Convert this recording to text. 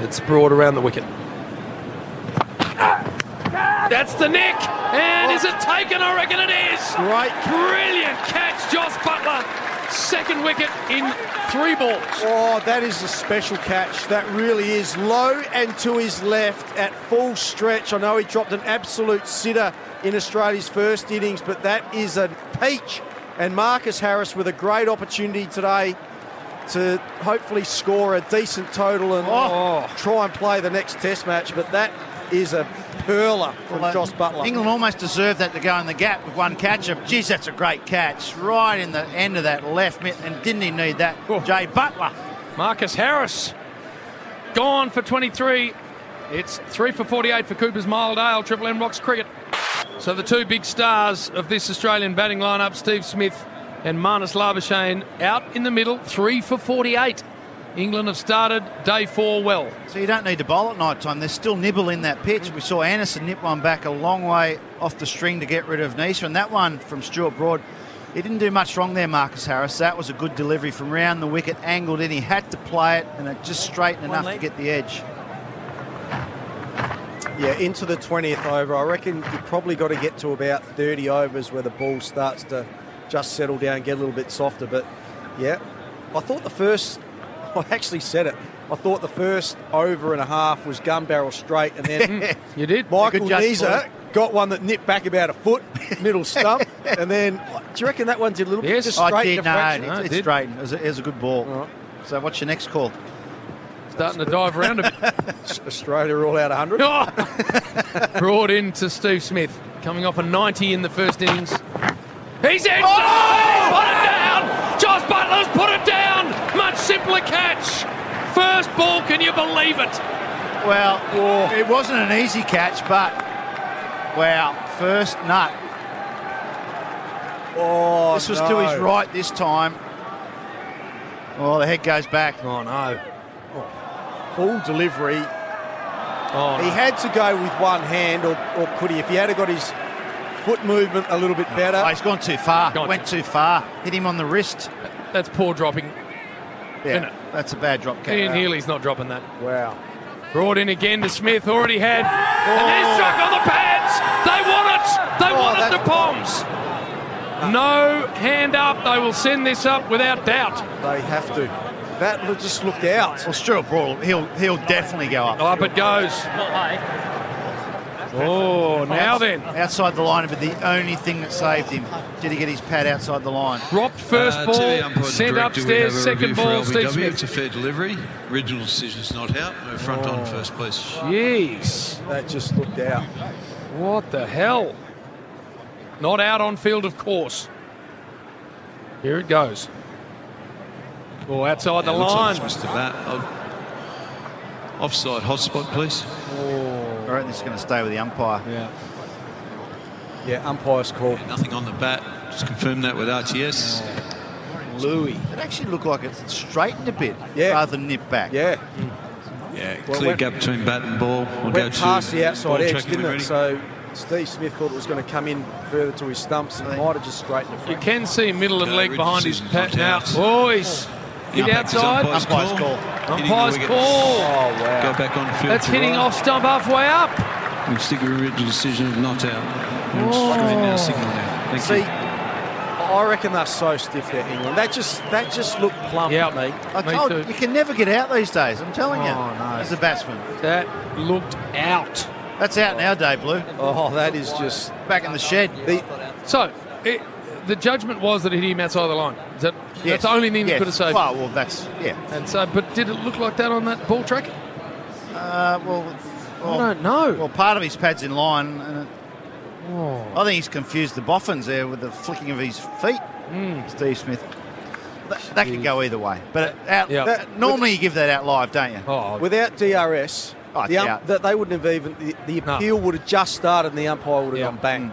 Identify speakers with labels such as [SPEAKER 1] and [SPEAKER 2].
[SPEAKER 1] It's broad around the wicket. That's the nick, and is it taken? I reckon it is.
[SPEAKER 2] Great.
[SPEAKER 1] Brilliant catch, Josh Butler. Second wicket in three balls.
[SPEAKER 2] Oh, that is a special catch. That really is. Low and to his left at full stretch. I know he dropped an absolute sitter in Australia's first innings, but that is a peach. And Marcus Harris with a great opportunity today to hopefully score a decent total and
[SPEAKER 1] Oh.
[SPEAKER 2] try and play the next test match. But that is a perler from
[SPEAKER 3] Well, uh,
[SPEAKER 2] Josh Butler.
[SPEAKER 3] England almost deserved that to go in the gap with one catch. Of, geez, that's a great catch. Right in the end of that left mitt. And didn't he need that?
[SPEAKER 1] Oh.
[SPEAKER 3] Jay Butler.
[SPEAKER 1] Marcus Harris gone for 23. It's three for 48 for Cooper's Mild Ale, Triple M Rocks Cricket. So the two big stars of this Australian batting lineup, Steve Smith and Marnus Labuschagne, out in the middle, three for 48. England have started day four well.
[SPEAKER 3] So you don't need to bowl at night time. There's still nibble in that pitch. We saw Anderson nip one back a long way off the string to get rid of Nisa. And that one from Stuart Broad, he didn't do much wrong there, Marcus Harris. That was a good delivery from round the wicket, angled in. He had to play it, and it just straightened enough to
[SPEAKER 2] leg.
[SPEAKER 3] get the edge.
[SPEAKER 2] Yeah, into the 20th over. I reckon you probably got to get to about 30 overs where the ball starts to just settle down, get a little bit softer. But yeah, I thought the first, I actually said it, I thought the first over and a half was gun barrel straight, and then
[SPEAKER 1] You did?
[SPEAKER 2] Michael
[SPEAKER 3] Good judge,
[SPEAKER 2] Nisa got one that nipped back about a foot, middle stump, and then do you reckon that one did a little
[SPEAKER 1] Yes.
[SPEAKER 2] bit just
[SPEAKER 3] I
[SPEAKER 2] straight
[SPEAKER 3] did, no,
[SPEAKER 2] diffraction?
[SPEAKER 3] it's,
[SPEAKER 1] No, it
[SPEAKER 3] it's
[SPEAKER 1] did.
[SPEAKER 3] straightened. It was, a, it was a good ball.
[SPEAKER 2] All right.
[SPEAKER 3] So what's your next call?
[SPEAKER 1] Starting to dive around a bit.
[SPEAKER 2] Australia are all out 100.
[SPEAKER 1] Oh! Brought in to Steve Smith, coming off a 90 in the first innings. He's in! Oh! Put it down! Josh Butler's put it down! Much simpler catch. First ball, can you believe it?
[SPEAKER 3] Well, it wasn't an easy catch, but wow, first nut.
[SPEAKER 2] Oh,
[SPEAKER 3] This was
[SPEAKER 2] no.
[SPEAKER 3] to his right this time. Oh, the head goes back.
[SPEAKER 1] Oh no.
[SPEAKER 2] Full delivery,
[SPEAKER 1] Oh
[SPEAKER 2] He
[SPEAKER 1] no.
[SPEAKER 2] had to go with one hand, or, or could he? If he had got his foot movement a little bit better,
[SPEAKER 3] Oh, he's gone too far.
[SPEAKER 1] Gone
[SPEAKER 3] Went too far. Hit him on the wrist.
[SPEAKER 1] That's poor dropping. Isn't
[SPEAKER 3] Yeah,
[SPEAKER 1] it?
[SPEAKER 3] that's a bad drop catch.
[SPEAKER 1] Ian Healy's not dropping that.
[SPEAKER 2] wow.
[SPEAKER 1] Brought in again to Smith, already had. And then struck on the pads. They want it. They
[SPEAKER 2] Oh,
[SPEAKER 1] want it, the
[SPEAKER 2] that's-
[SPEAKER 1] Poms. No hand up. They will send this up without doubt.
[SPEAKER 2] They have to. That look- just looked out.
[SPEAKER 3] Well, Stuart Broad, he'll he'll definitely go up.
[SPEAKER 1] Up it goes. Oh, now then.
[SPEAKER 3] Outside the line, but the only thing that saved him did he get his pad outside the line.
[SPEAKER 1] Dropped first
[SPEAKER 4] Uh,
[SPEAKER 1] ball,
[SPEAKER 4] TV umpire and
[SPEAKER 1] sent
[SPEAKER 4] director, we
[SPEAKER 1] upstairs,
[SPEAKER 4] have a
[SPEAKER 1] second
[SPEAKER 4] review for
[SPEAKER 1] ball, Steve
[SPEAKER 4] LBW. It's a
[SPEAKER 1] Smith.
[SPEAKER 4] fair delivery. Original decision's not out. No front on first, please.
[SPEAKER 1] Jeez,
[SPEAKER 2] That just looked out.
[SPEAKER 1] what the hell? Not out on field, of course. Here it goes. Oh, outside the
[SPEAKER 4] Yeah, looks
[SPEAKER 1] line.
[SPEAKER 4] like it's Mr. Bat. Oh, Offside hotspot, please.
[SPEAKER 3] I reckon this is going to stay with the umpire.
[SPEAKER 1] yeah.
[SPEAKER 2] Yeah, umpire's call.
[SPEAKER 4] Nothing on the bat. Just confirm that with RTS.
[SPEAKER 1] Louis.
[SPEAKER 3] It actually looked like it straightened a bit
[SPEAKER 2] Yeah.
[SPEAKER 3] rather than nip back.
[SPEAKER 2] Yeah,
[SPEAKER 4] Yeah,
[SPEAKER 2] Well,
[SPEAKER 4] clear
[SPEAKER 2] went-
[SPEAKER 4] gap between bat and ball. We'll go
[SPEAKER 2] went
[SPEAKER 4] to
[SPEAKER 2] past the
[SPEAKER 4] ball
[SPEAKER 2] outside edge,
[SPEAKER 4] tracking when
[SPEAKER 2] didn't it? So
[SPEAKER 4] ready.
[SPEAKER 2] Steve Smith thought it was going to come in further to his stumps, and might have just straightened it.
[SPEAKER 1] You can see middle and
[SPEAKER 4] Go,
[SPEAKER 1] leg behind his
[SPEAKER 4] Uh, Richardson's
[SPEAKER 1] pat
[SPEAKER 4] not
[SPEAKER 1] now.
[SPEAKER 4] out.
[SPEAKER 1] Oh, he's hit
[SPEAKER 4] Umpire's
[SPEAKER 1] outside.
[SPEAKER 4] umpire's
[SPEAKER 3] Umpire's call.
[SPEAKER 4] Hitting the
[SPEAKER 1] Umpire's
[SPEAKER 4] wicket.
[SPEAKER 1] call.
[SPEAKER 2] Oh
[SPEAKER 4] Go
[SPEAKER 2] wow!
[SPEAKER 4] back on field.
[SPEAKER 1] That's
[SPEAKER 4] to
[SPEAKER 1] hitting
[SPEAKER 4] right.
[SPEAKER 1] off stump halfway up.
[SPEAKER 4] We'll stick with original decision of not out. And
[SPEAKER 1] Oh.
[SPEAKER 4] screen now, signal now. Thank
[SPEAKER 2] See,
[SPEAKER 4] you.
[SPEAKER 2] I reckon they're so stiff there, England. That just that just looked plump
[SPEAKER 1] Yeah,
[SPEAKER 2] to me.
[SPEAKER 3] I
[SPEAKER 1] me
[SPEAKER 3] told
[SPEAKER 1] too.
[SPEAKER 3] you, you can never get out these days. I'm telling you.
[SPEAKER 1] Oh, no.
[SPEAKER 3] As a batsman,
[SPEAKER 1] That looked out.
[SPEAKER 3] that's out now, Dave Blue.
[SPEAKER 2] Oh, that is just
[SPEAKER 3] Back in the shed.
[SPEAKER 2] the
[SPEAKER 1] So, it, the judgment was that it hit him outside the line. Is that, That's the only thing that
[SPEAKER 3] Yes.
[SPEAKER 1] could have saved.
[SPEAKER 3] Well, well, that's yeah.
[SPEAKER 1] And so, but did it look like that on that ball track?
[SPEAKER 3] Uh, well, well,
[SPEAKER 1] I don't know. Oh.
[SPEAKER 3] Well, part of his pad's in line, and it, I think he's confused the boffins there with the flicking of his feet.
[SPEAKER 1] Hmm.
[SPEAKER 3] Steve Smith. That, that could go either way, but it- out,
[SPEAKER 1] Yeah.
[SPEAKER 3] that- normally you give that out live, don't you?
[SPEAKER 1] oh,
[SPEAKER 2] Without DRS,
[SPEAKER 3] Oh,
[SPEAKER 2] the
[SPEAKER 3] yeah.
[SPEAKER 2] ump, that they wouldn't have even the, the
[SPEAKER 1] No.
[SPEAKER 2] appeal would have just started and the umpire would have
[SPEAKER 1] Yeah.
[SPEAKER 2] gone bang.